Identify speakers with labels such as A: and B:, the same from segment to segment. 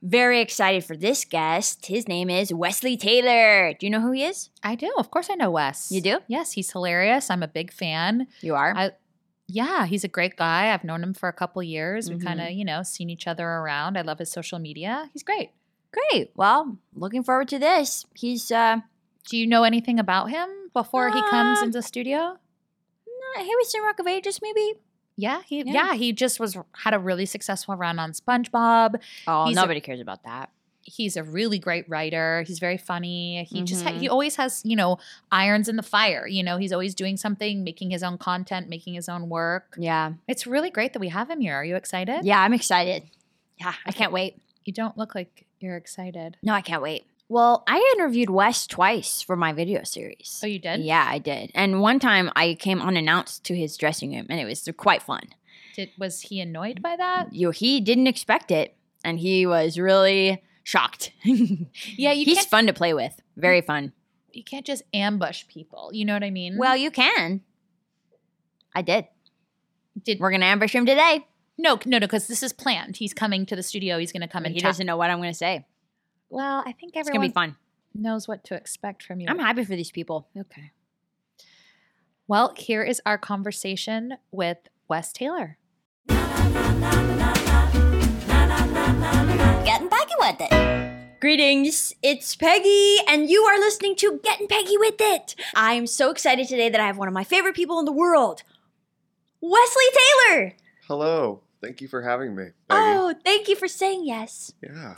A: Very excited for this guest. His name is Wesley Taylor. Do you know who he is?
B: I do. Of course, I know Wes.
A: You do?
B: Yes, he's hilarious. I'm a big fan.
A: You are?
B: I, yeah, he's a great guy. I've known him for a couple years.
A: Mm-hmm.
B: We've kind of, you know, seen each other around. I love his social media. He's great.
A: Great. Well, looking forward to this. He's, uh,
B: Do you know anything about him before he comes
A: Uh,
B: into the studio?
A: not, he was in Rock of Ages, maybe?
B: Yeah, he
A: yeah.
B: yeah. he just was had a really successful run on SpongeBob.
A: Oh,
B: He's a-
A: nobody cares about that.
B: He's a really great writer. He's very funny. He just ha-
A: Mm-hmm.
B: he always has, you know, irons in the fire. You know, he's always doing something, making his own content, making his own work.
A: Yeah.
B: It's really great that we have him here. Are you excited?
A: Yeah, I'm excited. Yeah, I can't wait.
B: You don't look like you're excited.
A: No, I can't wait. Well, I interviewed Wes twice for my video series.
B: Oh, you did?
A: Yeah, I did. And one time I came unannounced to his dressing room and it was quite fun.
B: Did, was he annoyed by that?
A: You he didn't expect it and he was really shocked.
B: Yeah, you
A: He's
B: can't
A: fun to play with. Very fun.
B: you can't just ambush people. You know what I mean?
A: Well, you can. I did.
B: did
A: We're going to ambush him today.
B: no, no, no, because this is planned. He's coming to the studio. He's going to come and
A: he
B: talk.
A: doesn't know what I'm going to say.
B: Well, I think
A: It's going to
B: everyone
A: be fun.
B: knows what to expect from you.
A: I'm happy for these people.
B: Okay. Well, here is our conversation with Wes Taylor.
A: Getting Peggy with it. Greetings, it's Peggy, and you are listening to Getting Peggy with It. I am so excited today that I have one of my favorite people in the world, Wesley Taylor.
C: Hello. Thank you for having me. Peggy.
A: Oh, thank you for saying yes.
C: Yeah.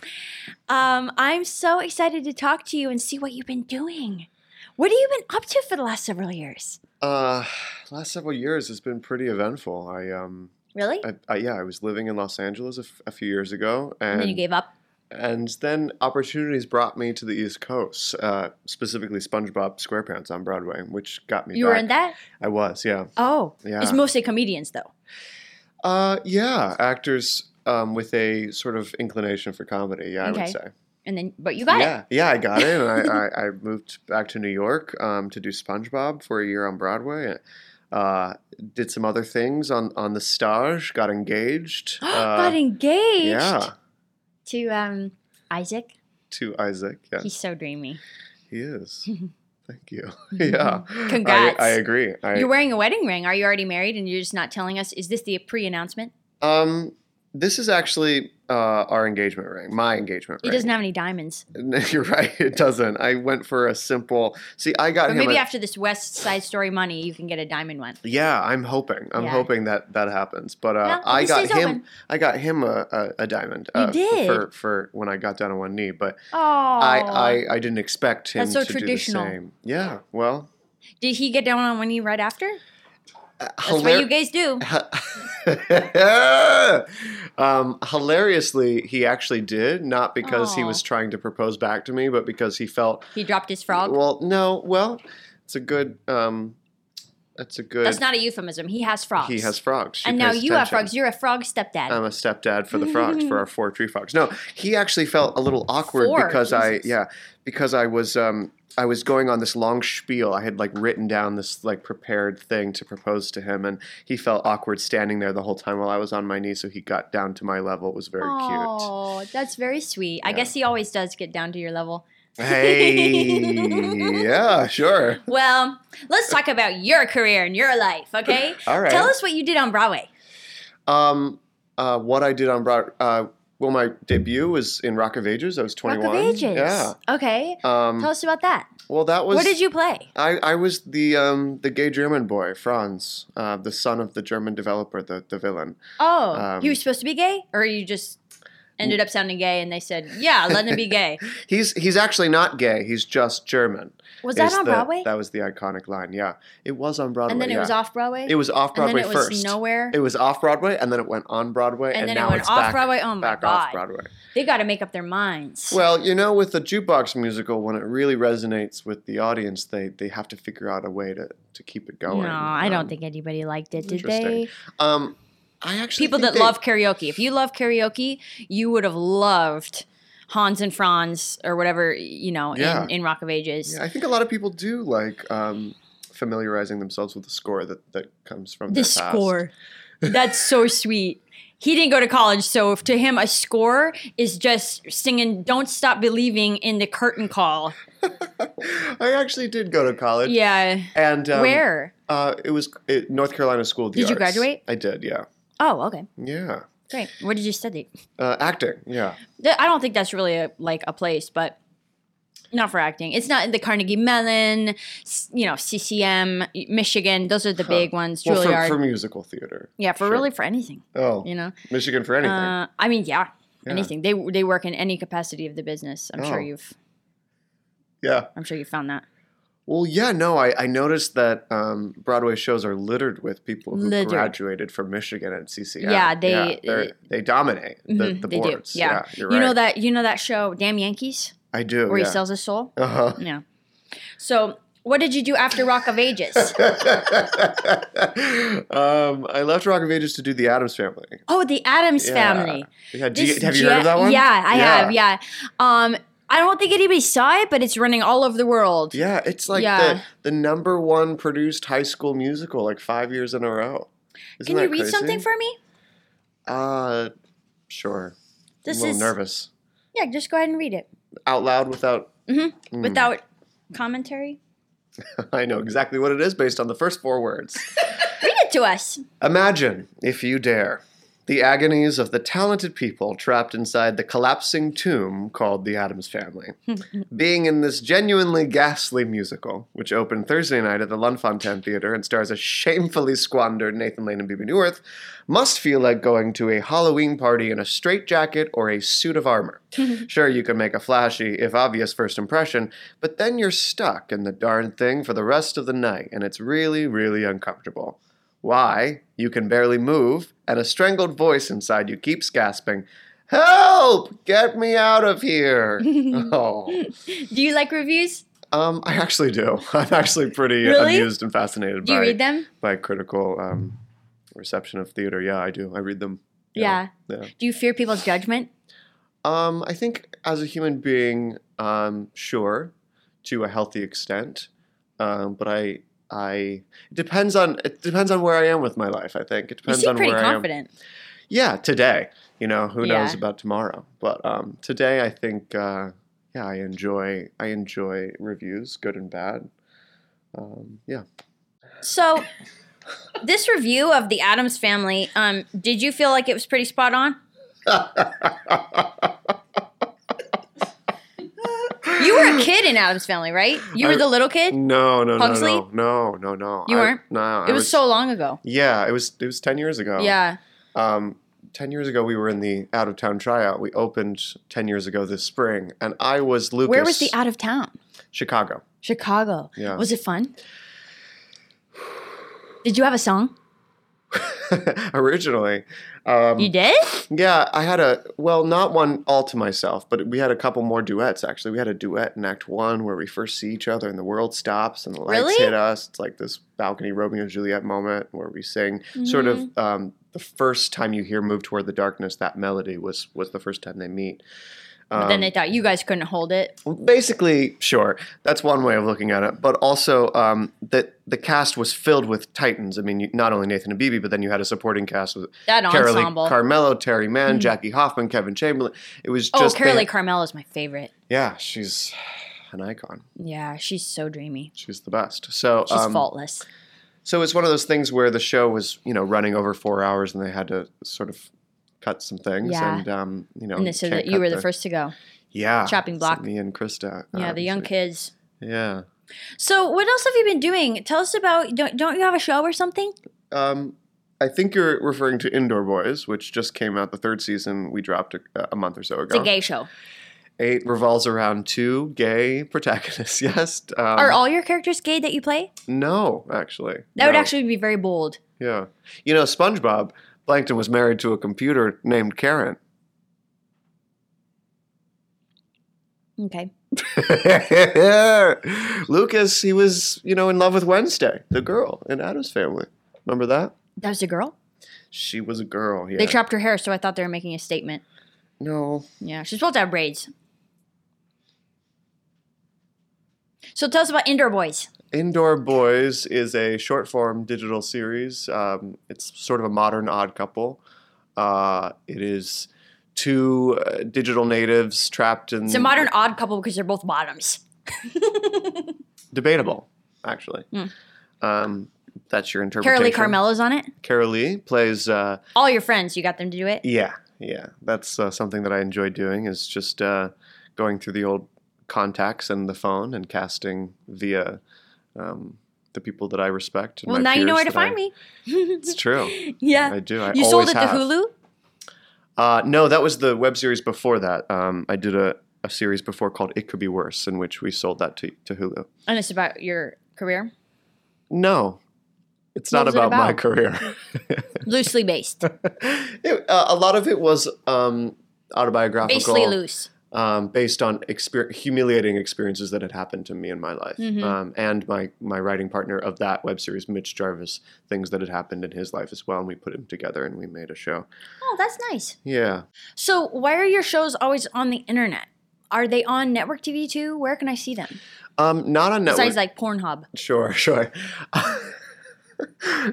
A: Um, I'm so excited to talk to you and see what you've been doing. What have you been up to for the last several years?
C: Uh, last several years has been pretty eventful. I um,
A: Really?
C: I, I yeah, I was living in Los Angeles a, f- a few years ago,
A: and then you
C: and
A: gave up.
C: and then opportunities brought me to the East Coast, uh, specifically SpongeBob SquarePants on Broadway, which got me.
A: You
C: back.
A: were in that?
C: I was, yeah.
A: Oh.
C: Yeah.
A: It's mostly comedians though.
C: Uh, yeah, actors um, with a sort of inclination for comedy. Yeah, I
A: Okay.
C: would say.
A: And then but you got
C: yeah,
A: it.
C: yeah, I got it, and I, I, I moved back to New York um, to do SpongeBob for a year on Broadway. Uh, did some other things on on the stage. Got engaged.
A: got
C: uh,
A: engaged
C: Yeah,
A: to um Isaac.
C: to Isaac. Yeah,
A: He's so dreamy.
C: he is. Thank you. yeah,
A: Mm-hmm. Congrats.
C: I, I agree. I,
A: You're wearing a wedding ring. Are you already married and you're just not telling us? Is this the pre announcement?
C: um, this is actually uh, our engagement ring. My engagement
A: He
C: ring.
A: doesn't have any diamonds.
C: You're right. It doesn't. I went for a simple. See, I got
A: But
C: him.
A: maybe
C: a-
A: after this West Side Story money, you can get a diamond one.
C: Yeah, I'm hoping. I'm
A: Yeah.
C: hoping that that happens. But uh,
A: Well,
C: I
A: this
C: got
A: is
C: him.
A: open.
C: I got him a, a, a diamond.
A: You
C: uh,
A: did?
C: for for when I got down on one knee. But
A: Oh,
C: I, I I didn't expect him
A: That's so
C: to
A: traditional.
C: do the same. Yeah. Well, uh,
A: Did he get down on one knee right after? That's
C: hilar-
A: what you guys do.
C: um, hilariously, he actually did not because he
A: Aw.
C: was trying to propose back to me, but because he felt
A: He dropped his frog.
C: well. No, well, it's a good. Um, that's a good.
A: That's not a euphemism. He has frogs.
C: He has frogs. She
A: and now
C: pays
A: you have
C: attention. Um,
A: frogs. You're a frog stepdad.
C: I'm a stepdad for the frogs for our four tree frogs. No, he actually felt a little awkward
A: Four,
C: because I
A: Jesus.
C: yeah because I was um I was going on this long spiel. I had like written down this like prepared thing to propose to him, and he felt awkward standing there the whole time while I was on my knee. So he got down to my level. It was very cute.
A: oh, that's very sweet. I
C: Yeah.
A: guess he always does get down to your level.
C: Hey, yeah, sure.
A: Well, let's talk about your career and your life, okay?
C: All right.
A: Tell us what you did on Broadway.
C: Um, uh, what I did on Broadway. Uh, well, my debut was in Rock of Ages. I was 21.
A: Rock of Ages.
C: Yeah.
A: Okay.
C: Um,
A: Tell us about that.
C: well, that was.
A: what did you play?
C: I, I was the um, the gay German boy, Franz, uh, the son of the German developer, the, the villain.
A: Oh,
C: Um,
A: you were supposed to be gay, or you just ended up sounding gay, and they said, "Yeah, let him be gay."
C: He's he's actually not gay. He's just German.
A: Was that
C: Is
A: on
C: the-
A: Broadway?
C: That was the iconic line. Yeah, it was on Broadway.
A: and then it
C: yeah.
A: was off Broadway.
C: It was off
A: And then
C: Broadway
A: it was
C: first.
A: nowhere.
C: It was off Broadway, and then it went on Broadway,
A: And
C: and,
A: then it
C: now
A: went
C: it's
A: off
C: back,
A: Broadway. Oh my
C: back
A: God.
C: off Broadway.
A: they got to make up their minds.
C: Well, you know, with the jukebox musical, when it really resonates with the audience, they they have to figure out a way to to keep it going.
A: no, I
C: Um,
A: don't think anybody liked it, did
C: interesting.
A: they?
C: Um, I actually
A: People
C: think
A: that
C: they-
A: love karaoke. If you love karaoke, you would have loved Hans and Franz or whatever you know
C: Yeah.
A: in, in Rock of Ages.
C: Yeah, I think a lot of people do like um, familiarizing themselves with the score that that comes from
A: the
C: their past.
A: score. That's so sweet. He didn't go to college, so to him, a score is just singing "Don't Stop Believing" in the curtain call.
C: I actually did go to college.
A: Yeah,
C: And um,
A: where?
C: Uh, it was uh North Carolina School. Of the
A: Did you
C: Arts.
A: graduate?
C: I did. Yeah.
A: Oh, okay,
C: Yeah.
A: great. What did you study?
C: Uh, acting. Yeah.
A: Th- I don't think that's really a, like a place, but not for acting. It's not the Carnegie Mellon, s- you know, CCM, Michigan. Those are the big ones.
C: Well, for,
A: Juilliard.
C: for musical theater.
A: yeah, for
C: sure.
A: really for anything,
C: Oh,
A: you know.
C: Michigan for anything.
A: Uh, I mean, yeah,
C: Yeah.
A: anything. They they work in any capacity of the business. I'm sure
C: Oh.
A: you've
C: yeah.
A: I'm sure you found that.
C: Well, yeah, no, I, I noticed that um, Broadway shows are littered with people who
A: Littered.
C: graduated from Michigan and CCM.
A: Yeah, they-
C: they're- they, dominate the,
A: Mhm,
C: the
A: they do,
C: boards.
A: yeah.
C: you're
A: you know
C: right.
A: that you know that show Damn Yankees
C: I do.
A: where
C: yeah.
A: he sells his soul.
C: Uh-huh.
A: Yeah. So what did you do after Rock of Ages?
C: um, I left Rock of Ages to do the Adams Family.
A: oh, the Adams
C: Yeah.
A: Family.
C: Yeah, do you-
A: This
C: have you heard
A: Jan-
C: of that one?
A: Yeah, I have. Yeah. Um, I don't think anybody saw it, but it's running all over the world.
C: Yeah, it's like
A: Yeah.
C: The, the number one produced high school musical, like five years in a row. Isn't
A: Can you
C: that
A: read
C: crazy?
A: something for me?
C: Uh, sure.
A: This
C: I'm a little
A: is
C: nervous.
A: yeah. Just go ahead and read it
C: Out loud without. Mm.
A: without commentary.
C: I know exactly what it is based on the first four words.
A: Read it to us.
C: Imagine, if you dare, the agonies of the talented people trapped inside the collapsing tomb called the Adams Family. Being in this genuinely ghastly musical, which opened Thursday night at the Lunfontaine Theater and stars a shamefully squandered Nathan Lane and Bibi Newirth, must feel like going to a Halloween party in a straitjacket or a suit of armor. sure, you can make a flashy, if obvious, first impression, but then you're stuck in the darn thing for the rest of the night, and it's really, really uncomfortable. Why? You can barely move, and a strangled voice inside you keeps gasping, Help! Get me out of here! oh.
A: Do you like reviews?
C: Um, I actually do. I'm actually pretty
A: Really?
C: amused and fascinated
A: Do you
C: by,
A: read them?
C: by critical um, reception of theater. Yeah, I do. I read them. Yeah.
A: Do you fear people's judgment?
C: Um, I think as a human being, um, sure, to a healthy extent, um, but I, I it depends on it depends on where I am with my life. I think
A: You
C: it depends
A: seem
C: on
A: pretty
C: where I am.
A: confident.
C: Yeah, today. You know, who knows
A: Yeah.
C: about tomorrow? But um, today, I think, uh, yeah, I enjoy I enjoy reviews, good and bad. Um, yeah.
A: So, this review of the Adams Family, um, did you feel like it was pretty spot on? you were a kid in Adams Family, right? You were
C: I-
A: the little kid.
C: No, no,
A: Pugsley?
C: no, no, no, no, no.
A: You
C: I-
A: weren't?
C: No, I Oh,
A: it was, so long ago.
C: Yeah, it was. It was ten years ago.
A: Yeah.
C: Um, 10 years ago, we were in the out of town tryout. We opened 10 years ago this spring, and I was Lucas.
A: Where was the out of town?
C: Chicago.
A: Chicago.
C: Yeah.
A: Was it fun? Did you have a song?
C: Originally. Um,
A: You did?
C: yeah, I had a, well, not one all to myself, but we had a couple more duets, actually. We had a duet in Act One where we first see each other and the world stops and the lights
A: Really?
C: hit us. It's like this balcony Romeo and Juliet moment where we sing sort of um, the first time you hear Move Toward the Darkness, that melody was, was the first time they meet.
A: But then they thought you guys couldn't hold it.
C: basically sure that's one way of looking at it but also um, that the cast was filled with titans i mean you, not only nathan and Bibi, but then you had a supporting cast with
A: That
C: Carolee
A: ensemble. Mm-hmm.
C: carmelo terry mann jackie hoffman kevin chamberlain it was
A: oh,
C: just they-
A: Carolee Carmel is my favorite.
C: yeah she's an icon
A: Yeah, she's so dreamy.
C: she's the best so
A: She's
C: um,
A: faultless.
C: so it's one of those things where the show was you know running over four hours and they had to sort of cut some things
A: Yeah.
C: and um, you know
A: And then, so
C: can't
A: that you
C: cut
A: were the, first to go.
C: yeah
A: chopping
C: so
A: block.
C: me and krista
A: Yeah, the
C: um,
A: young
C: so-
A: kids.
C: yeah
A: So what else have you been doing? Tell us about don't don't you have a show or something?
C: Um, I think you're referring to Indoor Boys, which just came out the third season. We dropped a, a month or so
A: It's
C: ago.
A: a gay show.
C: Eight revolves around two gay protagonists. Yes. Um,
A: Are all your characters gay that you play?
C: no, actually.
A: That would
C: No.
A: actually be very bold.
C: Yeah. You know, SpongeBob Plankton was married to a computer named Karen.
A: Okay.
C: Lucas, he was, you know, in love with Wednesday, the girl in Adam's family. Remember that?
A: That was a girl?
C: She was a girl. Yeah.
A: They chopped her hair, so I thought they were making a statement.
C: no.
A: Yeah, she's supposed to have braids. So tell us about Indoor Boys.
C: Indoor Boys is a short form digital series. Um, it's sort of a modern odd couple. Uh, it is two uh, digital natives trapped in.
A: It's a modern odd couple because they're both bottoms.
C: Debatable, actually. Um, that's your interpretation.
A: Hmm. Carolee Carmelo's on it.
C: Carolee plays. Uh,
A: All your friends, you got them to do it.
C: yeah, yeah. That's uh, something that I enjoy doing is just uh, going through the old contacts and the phone and casting via um, the people that I respect. and
A: well,
C: my
A: now you know where
C: peers
A: to
C: that I-
A: find me.
C: It's true.
A: Yeah.
C: I do. I
A: you sold
C: always
A: it
C: have.
A: to Hulu?
C: Uh, no, that was the web series before that. Um, I did a, a series before called It Could Be Worse, in which we sold that to, to Hulu.
A: And it's about your career?
C: No, it's
A: What
C: not
A: was it
C: about, my
A: about?
C: career.
A: Loosely based.
C: It- uh, a lot of it was um, autobiographical,
A: Basically loose.
C: um, based on exper- humiliating experiences that had happened to me in my life,
A: Mm-hmm.
C: um, and my my writing partner of that web series, Mitch Jarvis, things that had happened in his life as well, and we put them together and we made a show.
A: Oh, that's nice.
C: Yeah.
A: So, why are your shows always on the internet? Are they on network TV too? Where can I see them?
C: Um, not on network.
A: Besides, like Pornhub.
C: Sure, sure.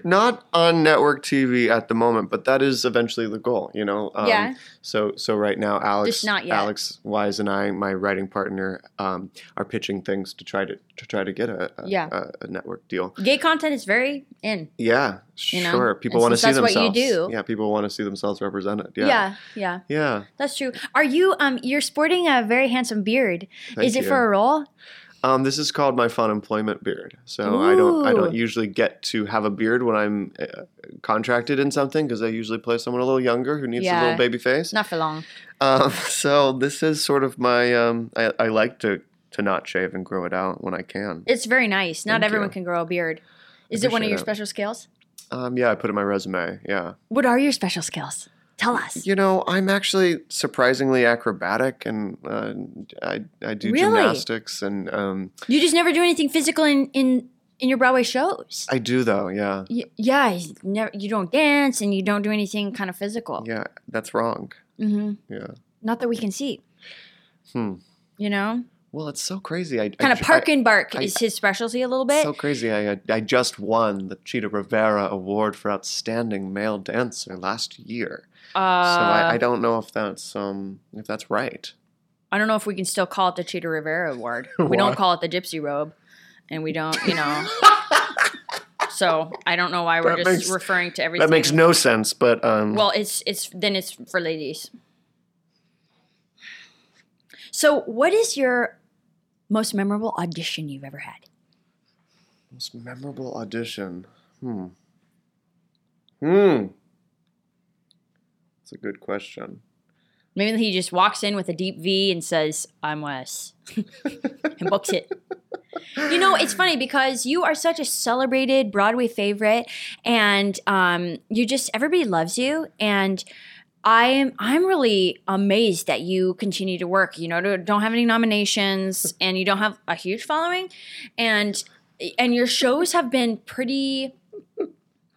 C: Not on network TV at the moment, but that is eventually the goal, you know. Um,
A: Yeah.
C: So, so right now, Alex,
A: Just not yet.
C: Alex Wise and I, my writing partner, um, are pitching things to try to to try to get a a,
A: Yeah.
C: a, a network deal.
A: Gay content is very in.
C: Yeah,
A: You know?
C: sure. People
A: And
C: want to
A: since
C: see
A: that's what you
C: themselves.
A: do-
C: Yeah, people want to see themselves represented.
A: Yeah.
C: Yeah.
A: yeah,
C: Yeah.
A: that's true. Are you? Um, you're sporting a very handsome beard.
C: Thank
A: is it
C: you.
A: for a role?
C: Um, this is called my fun employment beard. So I don't I don't
A: Ooh.
C: usually get to have a beard when I'm uh, contracted in something because I usually play someone a little younger who needs a
A: Yeah.
C: little baby face.
A: Not for long.
C: Um, so this is sort of my um, I, I like to to not shave and grow it out when I can.
A: It's very nice. Not
C: Thank
A: everyone
C: you.
A: can grow a beard. Is it one of
C: appreciate
A: your
C: it.
A: special skills?
C: Um, yeah, I put it in my resume. Yeah,
A: What are your special skills? Tell us.
C: you know I'm actually surprisingly acrobatic and uh, I I do
A: Really?
C: gymnastics and um,
A: You just never do anything physical in in in your Broadway shows.
C: I do though. Yeah,
A: Y- yeah, you, never, you don't dance and you don't do anything kind of physical.
C: yeah, that's wrong.
A: hmm
C: Yeah.
A: Not that we can see.
C: Hmm.
A: You know,
C: Well, it's so crazy. I
A: kind
C: I,
A: of park
C: I,
A: and bark
C: I-
A: is his specialty a little bit.
C: So crazy. I, uh, I, I just won the Cheetah Rivera Award for Outstanding Male Dancer last year.
A: uh,
C: so I, I don't know if that's um if that's right.
A: I don't know if we can still call it the Cheetah Rivera Award. We don't call it the Gypsy Robe, and we don't, you know. so I don't know why we're
C: That
A: just
C: makes-
A: referring to everything.
C: That makes no sense, but um
A: Well, it's it's then it's for ladies. So, what is your most memorable audition you've ever had?
C: most memorable audition. Hmm. Hmm. That's a good question.
A: Maybe he just walks in with a deep V and says, I'm Wes, and books it. You know, it's funny because you are such a celebrated Broadway favorite, and um, you just, everybody loves you. And I'm I'm really amazed that you continue to work. You know, don't- don't have any nominations, and you don't have a huge following, and and your shows have been pretty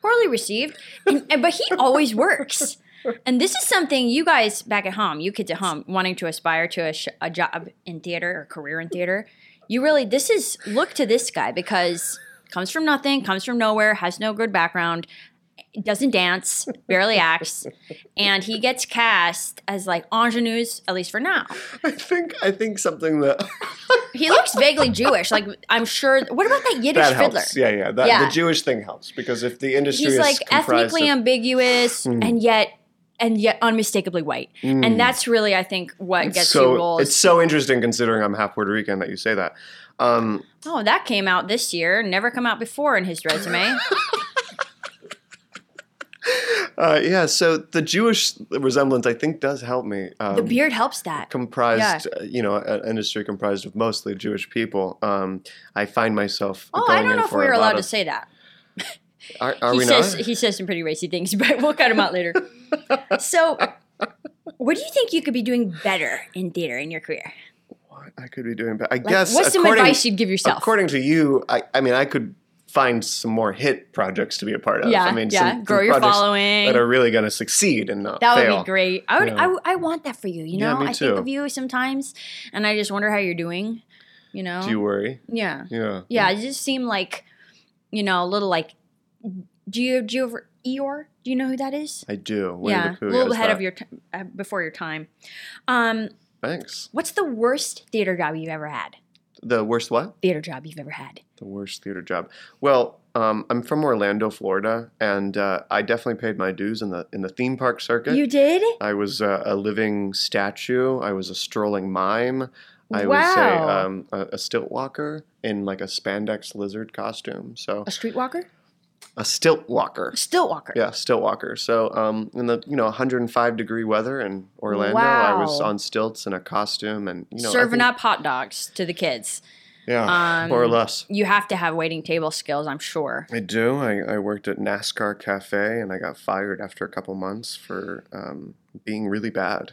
A: poorly received. And, and- but he always works. And this is something you guys back at home, you kids at home, wanting to aspire to a, sh- a job in theater or career in theater, you really, this is look to this guy because comes from nothing, comes from nowhere, has no good background, doesn't dance, barely acts, and he gets cast as like ingenues, at least for now.
C: I think I think something that
A: He looks vaguely Jewish. Like, I'm sure. What about that Yiddish
C: that
A: fiddler?
C: helps. Yeah, yeah. That,
A: Yeah.
C: The Jewish thing helps because if the industry
A: he's
C: is
A: like
C: comprised
A: ethnically
C: of, Hmm.
A: ambiguous and yet and yet unmistakably white and that's really i think what gets
C: so
A: you roles
C: it's so interesting considering I'm half Puerto Rican that you say that. Um,
A: oh that came out this year never come out before in his resume
C: uh, yeah, so the Jewish resemblance I think does help me. Um,
A: the beard helps that
C: comprised, uh, you know, an industry comprised of mostly Jewish people. Um, I find myself.
A: oh i
C: going
A: don't
C: in
A: know if
C: for
A: we
C: a
A: were
C: lot
A: allowed to
C: of-
A: say that
C: Are, are
A: he
C: we
A: says
C: not?
A: he says some pretty racy things but we'll cut him out later so what do you think you could be doing better in theater in your career
C: I could be doing, but I
A: like,
C: guess
A: what's some
C: according-
A: advice you'd give yourself
C: According to you, I, I mean, I could find some more hit projects to be a part of.
A: Yeah,
C: I mean,
A: yeah.
C: some,
A: Grow
C: some
A: your
C: projects
A: following.
C: that are really going to succeed and not
A: That would
C: fail.
A: be great. I would.
C: Yeah.
A: I, w- I want that for you. You
C: Yeah,
A: know,
C: me
A: I
C: too.
A: think of you sometimes, and I just wonder how you're doing. You know.
C: Do you worry?
A: yeah.
C: Yeah.
A: Yeah. It just seemed like, you know, a little like. Do you do you ever Eeyore? Do you know who that is?
C: I do. Winnie
A: yeah,
C: the
A: a
C: Pooh,
A: little
C: yes,
A: ahead of
C: that.
A: your t- uh, before your time. Um,
C: Thanks.
A: what's the worst theater job you've ever had?
C: The worst what?
A: Theater job you've ever had?
C: The worst theater job. Well, um, I'm from Orlando, Florida, and uh, I definitely paid my dues in the in the theme park circuit.
A: You did?
C: I was uh, a living statue. I was a strolling mime. I was a,
A: Wow.
C: um, a, a stilt walker in like a spandex lizard costume. So
A: A street walker?
C: a stilt walker.
A: A stilt walker.
C: Yeah, stilt walker. So um, in the you know 105 degree weather in Orlando, I was
A: Wow.
C: on stilts in a costume and you know I
A: Serving
C: think-
A: up hot dogs to the kids.
C: yeah,
A: um,
C: more or less.
A: You have to have waiting table skills, I'm sure.
C: I do. I, I worked at NASCAR Cafe and I got fired after a couple months for um, being really bad.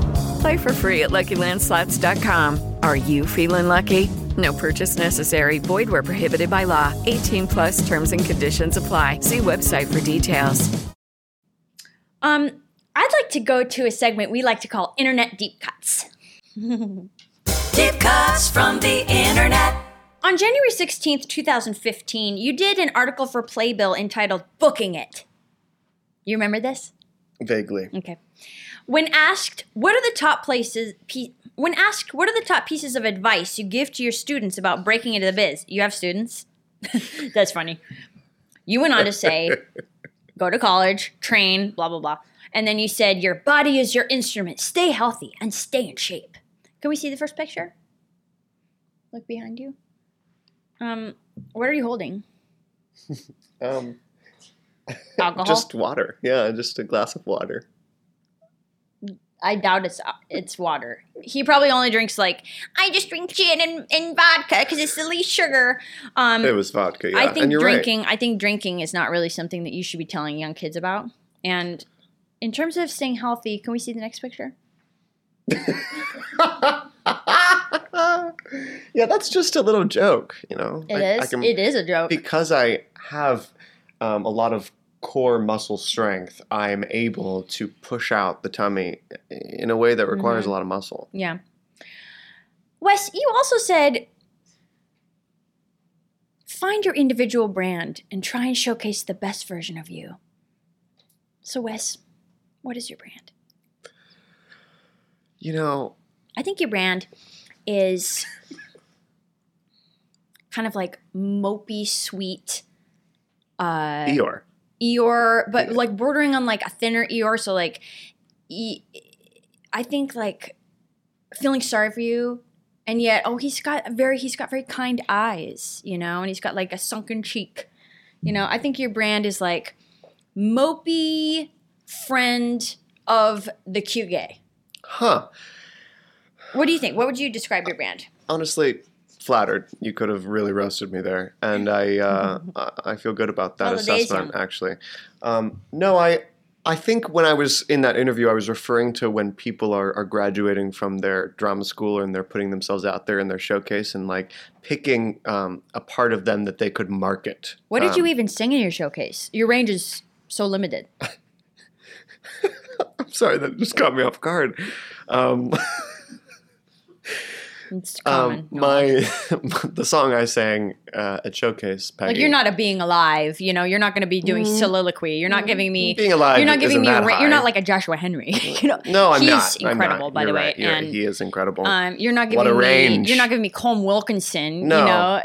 D: Play for free at LuckyLandSlots.com. Are you feeling lucky? No purchase necessary. Void where prohibited by law. 18 plus terms and conditions apply. See website for details.
A: Um, I'd like to go to a segment we like to call Internet Deep Cuts.
D: Deep cuts from the internet.
A: On January 16th, 2015, you did an article for Playbill entitled Booking It. You remember this?
C: Vaguely.
A: Okay. When asked, what are the top places pe- when asked what are the top pieces of advice you give to your students about breaking into the biz? You have students? That's funny. You went on to say, go to college, train, blah blah blah. And then you said your body is your instrument. Stay healthy and stay in shape. Can we see the first picture? Look behind you. Um, what are you holding?
C: Um,
A: Alcohol?
C: just water. Yeah, just a glass of water.
A: I doubt it's uh, it's water. He probably only drinks like I just drink gin and, and vodka because it's the least sugar. Um,
C: It was vodka. Yeah,
A: I think
C: and you're right.
A: drinking. I think drinking is not really something that you should be telling young kids about. And in terms of staying healthy, can we see the next picture?
C: yeah, that's just a little joke, you know.
A: It is.
C: I- I can-
A: it is a joke.
C: Because I have um, a lot of core muscle strength, I'm able to push out the tummy in a way that requires
A: Mm-hmm.
C: a lot of muscle.
A: yeah. Wes, you also said find your individual brand and try and showcase the best version of you. So, Wes, what is your brand?
C: You know,
A: I think your brand is kind of like mopey, sweet, uh,
C: Eeyore.
A: Eeyore, but like bordering on like a thinner Eeyore. So like, e- I think like feeling sorry for you, and yet oh he's got very he's got very kind eyes, you know, and he's got like a sunken cheek, you know. I think your brand is like mopey friend of the cute gay.
C: Huh.
A: What do you think? What would you describe your brand?
C: Honestly, flattered. You could have really roasted me there, and I uh, I- I feel good about that
A: Well, Oh, the day's
C: assessment.
A: young.
C: Actually, um, no, I I think when I was in that interview, I was referring to when people are are graduating from their drama school and they're putting themselves out there in their showcase and like picking um, a part of them that they could market.
A: What did
C: Um,
A: you even sing in your showcase? Your range is so limited.
C: I'm sorry, that just caught me off guard. Um,
A: It's common.
C: um, my the song I sang uh, at Showcase, Peggy.
A: Like you're not a being alive, you know. You're not going to be doing soliloquy. You're not giving me.
C: Mm-hmm. Being alive
A: You're not
C: isn't
A: giving me.
C: that
A: ra- You're
C: high.
A: not like a Joshua Henry. you know.
C: No, I'm
A: He's
C: not. I'm not.
A: incredible, by the
C: You're
A: way.
C: right. You're-
A: and
C: he is incredible.
A: um, you're not giving
C: What a
A: me.
C: range.
A: You're not giving me Colm Wilkinson.
C: No.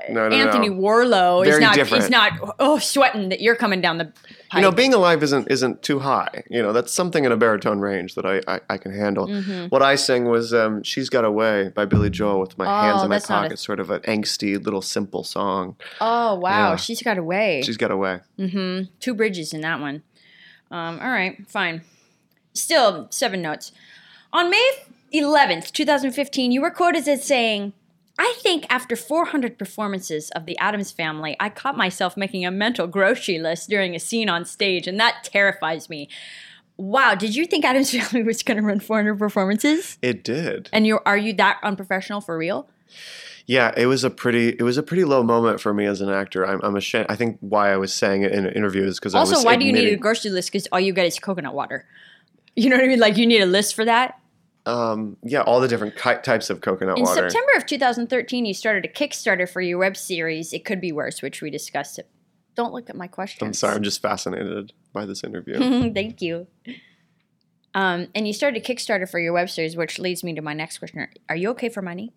A: you know,
C: No, no, no.
A: Anthony Warlow is
C: Very
A: not.
C: different.
A: He's not. Oh, sweating that you're coming down the. Pipe.
C: you know, being alive isn't isn't too high. You know, that's something in a baritone range that I I, I can handle.
A: Mm-hmm.
C: What I sang was um, "She's Got Away" by Billy Joel with my hands
A: Oh,
C: in my
A: that's not a-
C: pockets, sort of an angsty little simple song.
A: oh wow,
C: Yeah.
A: she's got away.
C: She's got away.
A: Mm-hmm. Two bridges in that one. Um, all right, fine. Still seven notes. On May 11th, 2015, you were quoted as saying, I think after 400 performances of The Addams Family, I caught myself making a mental grocery list during a scene on stage, and that terrifies me. Wow, did you think Addams Family was going to run 400 performances?
C: It did.
A: And you are you that unprofessional for real?
C: Yeah, it was a pretty it was a pretty low moment for me as an actor. I'm, I'm ashamed. I think why I was saying it in an interview is because I was
A: Also, why do you need a
C: admitting-
A: grocery list? Because all you get is coconut water. You know what I mean? Like you need a list for that.
C: um yeah all the different ki- types of coconut
A: In
C: water.
A: September of 2013, you started a Kickstarter for your web series, It Could Be Worse, which we discussed. It. Don't look at my questions.
C: I'm sorry, I'm just fascinated by this interview.
A: Thank you. Um, and you started a Kickstarter for your web series, which leads me to my next question. Are you okay for money?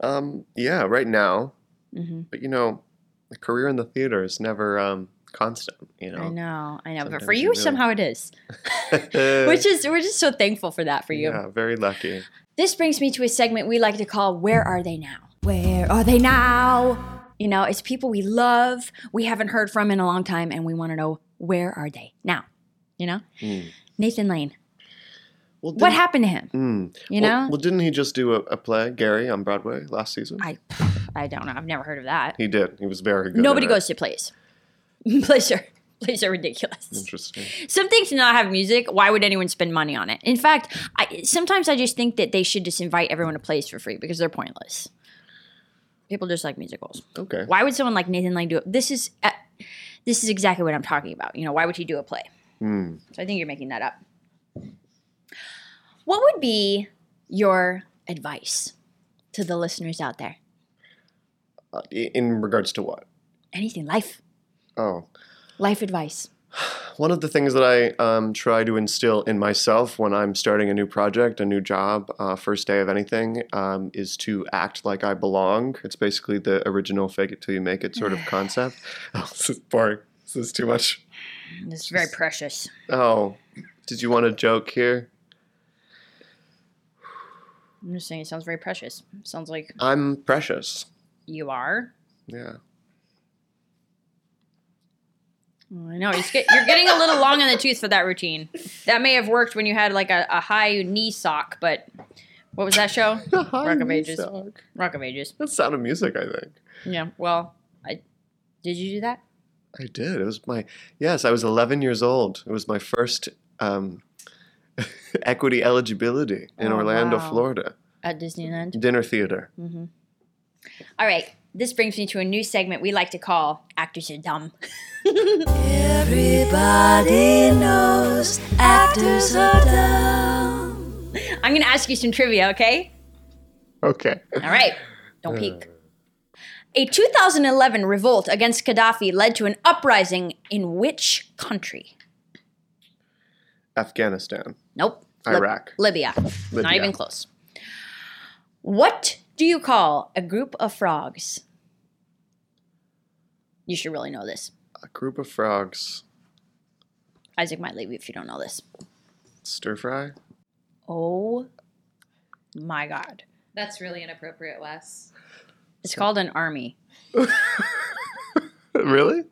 C: um yeah, right now
A: Mm-hmm.
C: but you know, a career in the theater is never um, constant. You know,
A: I know, I know. but
C: Sometimes
A: for
C: you
A: you,
C: really-
A: somehow it is. Which is, we're just so thankful for that for you.
C: yeah, very lucky.
A: This brings me to a segment we like to call Where Are They Now? Where Are They Now? You know, it's people we love, we haven't heard from in a long time, and we want to know where are they now? You know? Nathan Lane.
C: Well,
A: What
C: didn't-
A: happened to him?
C: Mm.
A: You
C: Well-
A: know?
C: well, didn't he just do a, a play, Gary, on Broadway last season?
A: I I don't know. I've never heard of that.
C: he did. He was very good.
A: Nobody
C: in it.
A: goes to plays. plays are plays are ridiculous.
C: Interesting.
A: Some things do not have music. Why would anyone spend money on it? In fact, I, sometimes I just think that they should just invite everyone to plays for free because they're pointless. People just like musicals.
C: Okay.
A: Why would someone like Nathan Lane do it? This is uh, this is exactly what I'm talking about. You know, why would he do a play?
C: Hmm.
A: So I think you're making that up. What would be your advice to the listeners out there?
C: Uh, i- in regards to what?
A: Anything life,
C: Oh,
A: life advice.
C: one of the things that I um, try to instill in myself when I'm starting a new project, a new job, uh, first day of anything, um, is to act like I belong. It's basically the original fake it till you make it sort of concept. Oh, this is boring. This is too much.
A: This is very precious.
C: Oh, did you want a joke here?
A: I'm just saying, it sounds very precious. Sounds like
C: I'm precious.
A: you are.
C: Yeah.
A: Oh, I know he's get, you're getting a little long in the tooth for that routine. That may have worked when you had like a, a high knee sock, but what was that show? Rock of Ages.
C: Sock.
A: Rock of Ages.
C: That's Sound of Music, I think.
A: Yeah. Well, I did you do that?
C: I did. It was my yes. I was 11 years old. It was my first um, equity eligibility in
A: Oh,
C: Orlando,
A: wow.
C: Florida,
A: At Disneyland.
C: dinner theater.
A: All right. This brings me to a new segment we like to call Actors Are Dumb. Everybody knows actors are dumb. I'm going to ask you some trivia, okay?
C: Okay.
A: All right. Don't peek. A 2011 revolt against Gaddafi led to an uprising in which country?
C: Afghanistan,
A: Nope.
C: Iraq.
A: Libya. Not
C: Libya.
A: even close. What do you call a group of frogs? You should really know this.
C: A group of frogs.
A: Isaac might leave you if you don't know this.
C: Stir fry?
A: Oh my God.
B: That's really inappropriate, Wes.
A: It's called an army.
C: really?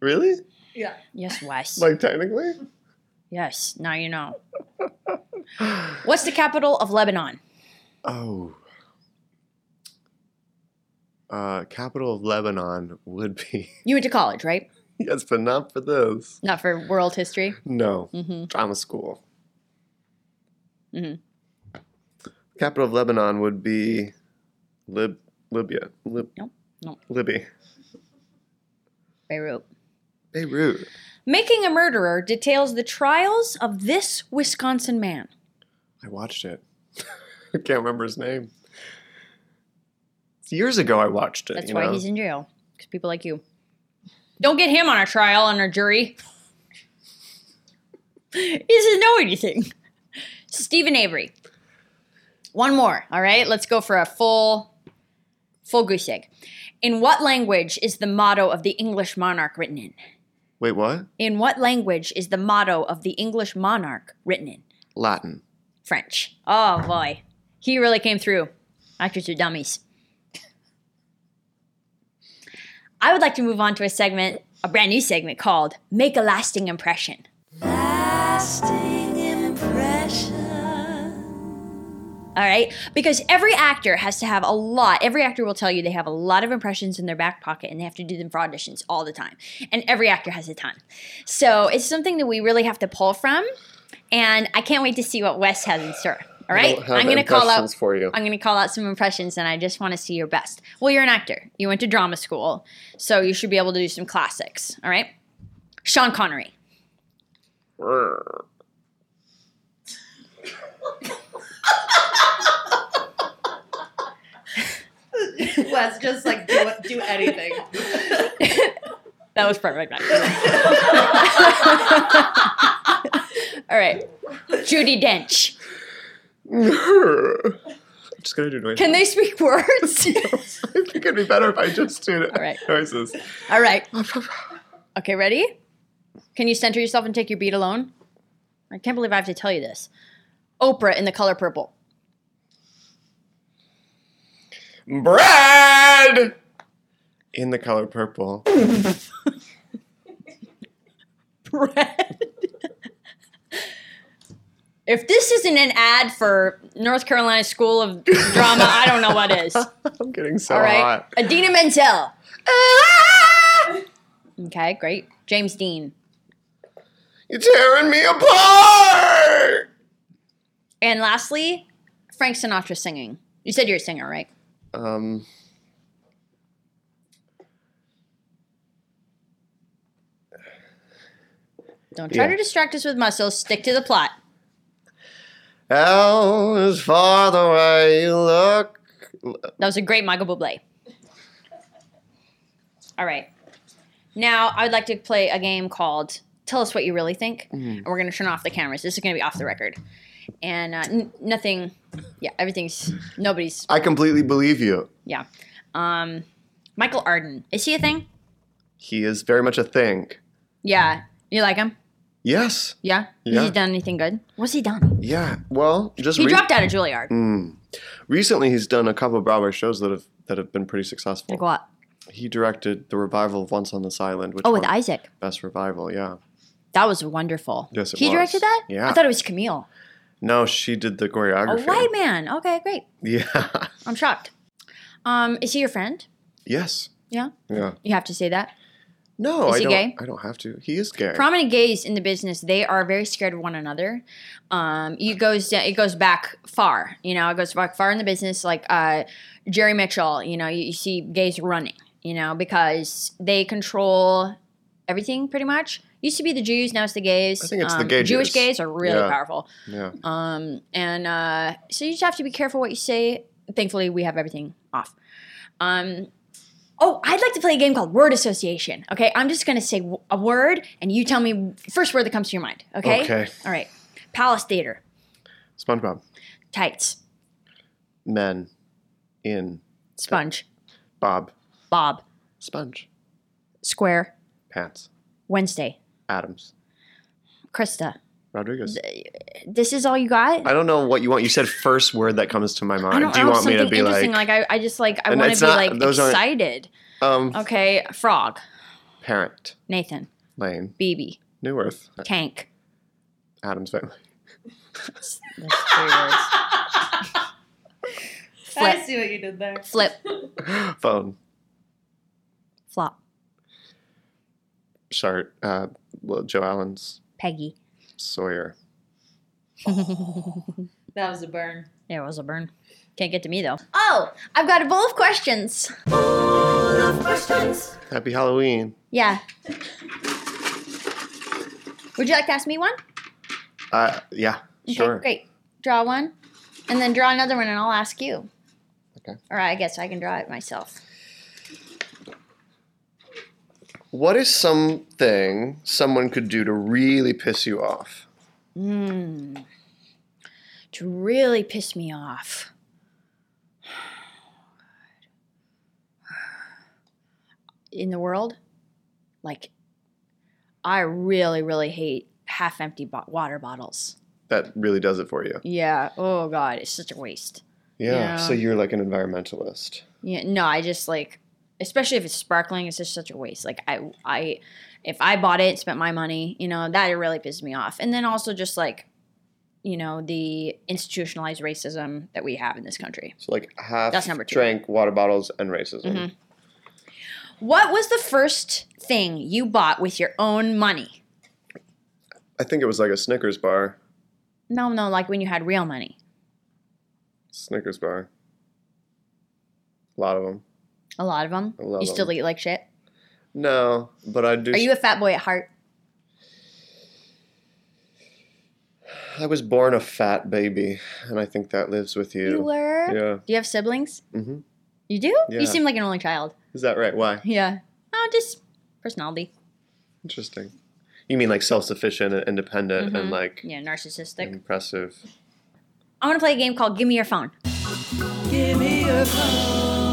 C: Really?
A: Yes, Wes.
C: Like technically?
A: yes, now you know. What's the capital of Lebanon?
C: Oh. Uh, capital of Lebanon would be
A: You went to college, right?
C: yes, but not for this.
A: Not for world history.
C: No,
A: Mm-hmm.
C: drama school.
A: Mhm.
C: Capital of Lebanon would be Lib Libya. Lib-
A: No, no.
C: Libby.
A: Beirut.
C: Beirut.
A: Making a Murderer details the trials of this Wisconsin man.
C: I watched it. I can't remember his name. It's years ago I watched it.
A: That's
C: you
A: why
C: know?
A: he's in jail. Because people like you. Don't get him on a trial on a jury. he doesn't know anything. Stephen Avery. One more, all right? Let's go for a full full goose egg. In what language is the motto of the English monarch written in?
C: Wait, what?
A: In what language is the motto of the English monarch written in?
C: Latin.
A: French. Oh boy. He really came through. Actors are dummies. I would like to move on to a segment, a brand new segment called Make a Lasting Impression. All right? Because every actor has to have a lot. Every actor will tell you they have a lot of impressions in their back pocket and they have to do them for auditions all the time. And every actor has a ton. So it's something that we really have to pull from. And I can't wait to see what Wes has in store. All right?
C: don't have
A: I'm going to call out
C: impressions for you.
A: I'm going to call out some impressions and I just want to see your best. Well, you're an actor. You went to drama school. So you should be able to do some classics, all right? Sean Connery.
E: Wes, just like do, do anything.
A: That was perfect. All right. Judy Dench.
C: I'm just gonna do noises.
A: Can they speak words?
C: I think it'd be better if I just did
A: All right.
C: noises.
A: All right. Okay, ready? Can you center yourself and take your beat alone? I can't believe I have to tell you this. Oprah in the color purple.
C: Brad! In the color purple.
A: Bread. if this isn't an ad for North Carolina School of Drama, I don't know what is.
C: I'm getting so
A: All right. Ah!
C: hot.
A: Adina Menzel. okay, great. James Dean.
C: You're tearing me apart!
A: And lastly, Frank Sinatra singing. You said you're a singer, right?
C: Um.
A: Don't try
C: Yeah.
A: to distract us with muscles. Stick to the plot.
C: Hell is far the way you look.
A: That was a great Michael Bublé. All right. Now I would like to play a game called "Tell Us What You Really Think," and we're going to turn off the cameras. This is going to be off the record, and uh, n- nothing. Yeah, everything's nobody's.
C: I completely believe you.
A: Yeah. Um, Michael Arden is he a thing?
C: He is very much a thing.
A: Yeah. You like him?
C: Yes.
A: Yeah. Has
C: Yeah.
A: he done anything good? What's he done?
C: Yeah. Well, just
A: He
C: re-
A: dropped out of Juilliard.
C: Mm. Recently, he's done a couple Broadway shows that have that have been pretty successful.
A: Like what?
C: He directed the revival of Once on This Island, which
A: Oh, with
C: won
A: Isaac.
C: best revival. Yeah.
A: That was wonderful.
C: Yes, it
A: he directed
C: was.
A: that.
C: Yeah.
A: I thought it was Camille.
C: No, she did the
A: A
C: choreography.
A: white man. Okay, great.
C: Yeah.
A: I'm shocked. Um, is he your friend?
C: yes.
A: Yeah.
C: Yeah.
A: You have to say that.
C: No,
A: Is
C: I
A: he
C: don't.
A: gay?
C: I don't have to. He is gay.
A: Prominent gays in the business, they are very scared of one another. Um, it goes it goes back far. You know, it goes back far in the business. Like uh, Jerry Mitchell, you know, you, you see gays running. You know, because they control everything pretty much. Used to be the Jews, now it's the gays.
C: I think it's the
A: Um,
C: gay
A: Jewish
C: Jews.
A: gays are really
C: Yeah.
A: powerful.
C: yeah.
A: Um, and uh, so you just have to be careful what you say. Thankfully, we have everything off. Um, oh, I'd like to play a game called Word Association. Okay, I'm just gonna say w- a word, and you tell me first word that comes to your mind. Okay.
C: Okay.
A: All right. Palace Theater.
C: SpongeBob.
A: Tights.
C: Men. In.
A: Sponge.
C: Bob.
A: Bob.
C: Sponge.
A: Square.
C: Pants.
A: Wednesday.
C: Adams.
A: Krista.
C: Rodriguez.
A: This is all you got?
C: I don't know what you want. You said first word that comes to my
A: I
C: mind.
A: don't
C: Do you
A: know,
C: want me to
A: something
C: be like,
A: interesting. Like, I, I just like I
C: And
A: want to
C: it's
A: be
C: not-
A: like
C: those aren't-
A: excited.
C: um,
A: Okay, Frog,
C: parent,
A: Nathan,
C: Lane,
A: BB,
C: New Earth,
A: Tank.
C: Adams family?
E: I
A: Flip,
E: see what you did there.
A: flip,
C: Phone.
A: flop,
C: Shart. Uh, well, Joe Allen's
A: Peggy.
C: Sawyer.
E: That was a burn.
A: Yeah, it was a burn. Can't get to me though. Oh, I've got a bowl of questions.
C: Happy Halloween.
A: Yeah. Would you like to ask me one?
C: Uh, yeah.
A: Okay,
C: sure.
A: great. Draw one, and then draw another one, and I'll ask you.
C: Okay.
A: Or I guess I can draw it myself.
C: What is something someone could do to really piss you off?
A: Mm. To really piss me off. In the world, like, I really, really hate half empty bo- water bottles.
C: That really does it for you.
A: Yeah. Oh, God. It's such a waste.
C: Yeah.
A: Yeah.
C: So you're like an environmentalist.
A: Yeah, no, I just like, especially if it's sparkling, it's just such a waste. Like I, I, if I bought it, spent my money, you know, that really pisses me off. And then also just like, you know, the institutionalized racism that we have in this country.
C: So like half
A: That's number two.
C: drank water bottles and racism.
A: Mhm. What was the first thing you bought with your own money?
C: I think it was like a Snickers bar.
A: No, no, like when you had real money,
C: Snickers bar. A lot of them.
A: a lot of them.
C: A lot
A: you
C: of
A: still
C: 'em.
A: eat like shit.
C: No, but I do.
A: Are you a fat boy at heart?
C: I was born a fat baby, and I think that lives with you.
A: You were.
C: Yeah.
A: Do you have siblings?
C: Mm-hmm.
A: You do.
C: Yeah.
A: You seem like an only child.
C: Is that right? Why?
A: Yeah. Oh, just personality.
C: Interesting. You mean like self-sufficient and independent and
A: Mhm.
C: like
A: Yeah, narcissistic.
C: Mm-hmm. impressive?
A: I want to play a game called Give Me Your Phone. Give me your phone.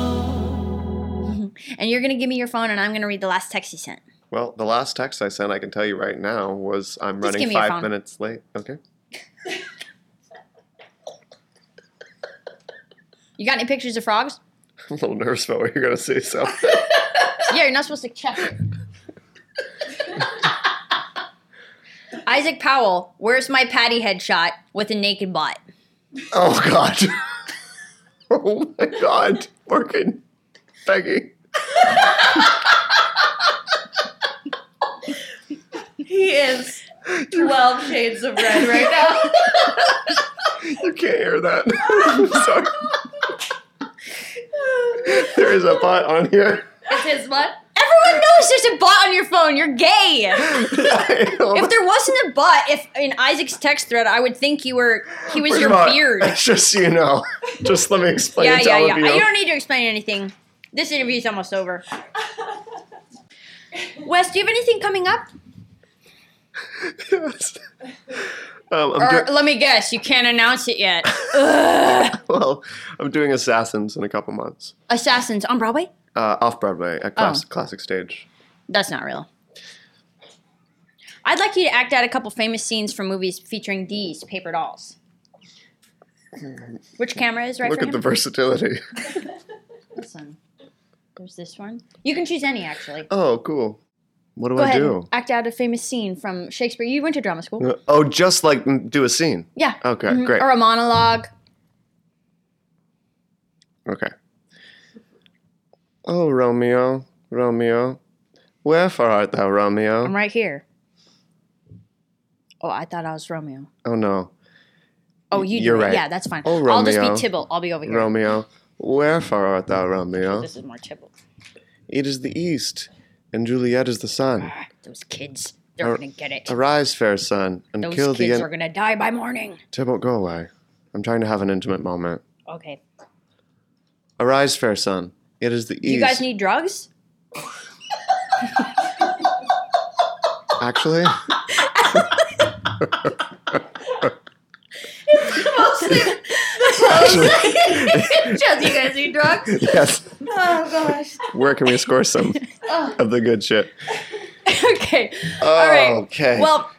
A: And you're going to give me your phone, and I'm going to read the last text you sent.
C: Well, the last text I sent, I can tell you right now, was I'm
A: Just give
C: running
A: me your
C: five
A: phone.
C: minutes late. Okay.
A: You got any pictures of frogs?
C: I'm a little nervous about what you're going to say, so.
A: yeah, you're not supposed to check it. Isaac Powell, where's my patty headshot with a naked butt?
C: oh, God. oh, my God. Working. Peggy.
E: He is 12 shades of red right now.
C: You can't hear that. I'm sorry. there is a bot on here.
E: it's his butt.
A: Everyone knows there's a butt on your phone. You're gay.
C: I know.
A: If there wasn't a butt, if in Isaac's text thread, I would think you were he was your
C: Fremont,
A: beard.
C: Just so you know. Just let me explain
A: yeah,
C: it to
A: yeah,
C: all
A: yeah.
C: of you.
A: You don't need to explain anything. This interview's almost over. Wes, do you have anything coming up?
C: um, I'm
A: Or
C: doing-
A: let me guess, you can't announce it yet.
C: well, I'm doing Assassins in a couple months.
A: Assassins on Broadway?
C: Uh, off Broadway
A: Oh.
C: at class- Classic Stage.
A: That's not real. I'd like you to act out a couple famous scenes from movies featuring these paper dolls. Which camera is right
C: Look
A: for
C: at
A: him?
C: the versatility.
A: Listen, there's this one. You can choose any actually.
C: Oh, cool. What do
A: Go
C: I
A: ahead.
C: do?
A: and Act out a famous scene from Shakespeare. You went to drama school.
C: Oh, just like mm, do a scene.
A: Yeah.
C: Okay,
A: Mhm.
C: great.
A: Or a monologue.
C: Okay. Oh, Romeo, Romeo, wherefore art thou,
A: I'm
C: Romeo?
A: right here. Oh, I thought I was Romeo.
C: Oh no,
A: Oh, you. do
C: you're
A: it.
C: right.
A: Yeah, that's fine.
C: Oh,
A: I'll just
C: Romeo.
A: be Tybalt. I'll be over here.
C: Romeo, wherefore art thou, Romeo?
A: This is more Tybalt.
C: It is the east, and Juliet is the sun.
A: Those kids, they're
C: Ar-
A: gonna get it.
C: Arise, fair sun, and
A: Those
C: kill
A: kids
C: the en-
A: are gonna die by morning.
C: Tybalt, go away. I'm trying to have an intimate moment.
A: Okay.
C: Arise, fair sun. It is the east.
A: You guys need drugs?
C: Actually,
E: Just you guys need drugs.
C: yes.
D: Oh gosh.
C: Where can we score some
A: Oh.
C: of the good shit?
A: okay. All right.
C: Okay.
A: Well,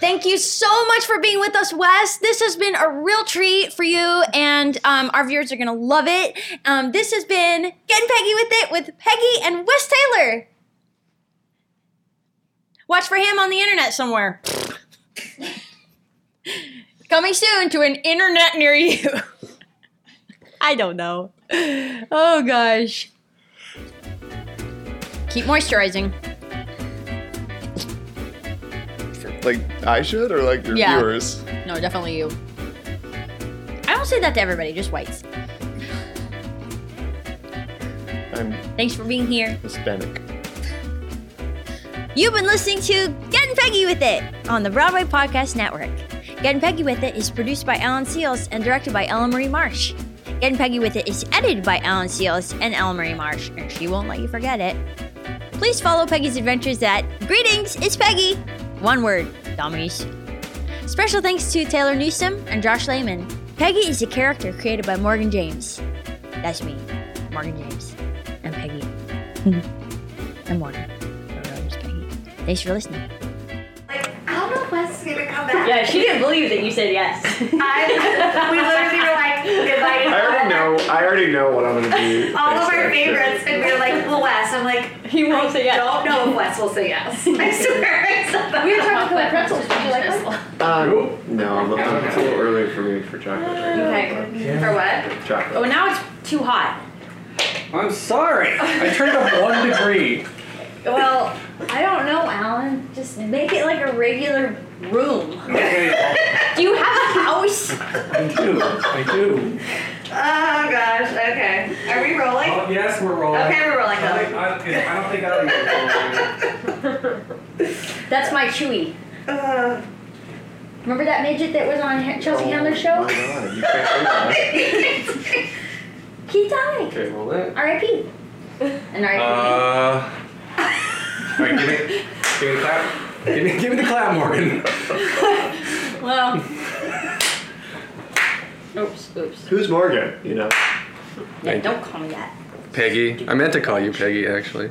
A: thank you so much for being with us, Wes. This has been a real treat for you, and um, our viewers are going to love it. Um, this has been Getting Peggy with It with Peggy and Wes Taylor. Watch for him on the internet somewhere. Coming soon to an internet near you. I don't know. Oh gosh. Keep moisturizing.
C: like I should, or like your
A: Yeah.
C: viewers?
A: No, definitely you. I don't say that to everybody, just whites.
C: I'm
A: Thanks for being here.
C: Hispanic.
A: You've been listening to Getting Peggy with It on the Broadway Podcast Network. Getting Peggy with It is produced by Alan Seals and directed by Ellen Marie Marsh. Getting Peggy with It is edited by Alan Seals and Ellen Marie Marsh, and she won't let you forget it. Please follow Peggy's adventures at Greetings, it's Peggy! One word, dummies. Special thanks to Taylor Newsom and Josh Lehman. Peggy is a character created by Morgan James. That's me, Morgan James. I'm Peggy. I'm Morgan. I don't know, I'm just Peggy. Thanks for listening.
D: I don't know if Wes is gonna come back.
A: believe that you said yes.
D: I, we literally were like, goodbye.
C: I already know. I already know what I'm gonna do.
D: All of
C: next
D: our
C: time.
D: favorites, and we were like, well, Wes. I'm like, he won't say yes. Don't know if Wes will say yes. I swear. It's not we were talking about pretzels. Would you like one?
C: Um, no, I'm not, it's a little early for me for chocolate.
D: Okay. For what?
C: Chocolate.
A: Oh, now it's too hot.
F: I'm sorry. I turned up one degree.
D: Well, I don't know, Alan. Just make it like a regular room.
F: Okay.
A: Do you have a house?
F: I do. I do.
D: Oh gosh. Okay. Are we rolling?
F: Oh, yes, we're rolling.
D: Okay, we're rolling.
F: I, think- I, I don't think I'll be rolling.
A: That's my Chewy.
D: Uh,
A: Remember that midget that was on Ha- Chelsea Handler's show?
C: My God, you can't do that.
A: He died.
F: Okay, roll it.
A: R.I.P. And R.I.P.
F: Uh. all right, give me, give me the clap. Give me, give me the clap, Morgan.
A: well. Oops, oops.
C: Who's Morgan? You know.
A: Yeah, don't call me that.
G: Peggy. I meant to call you Peggy, actually.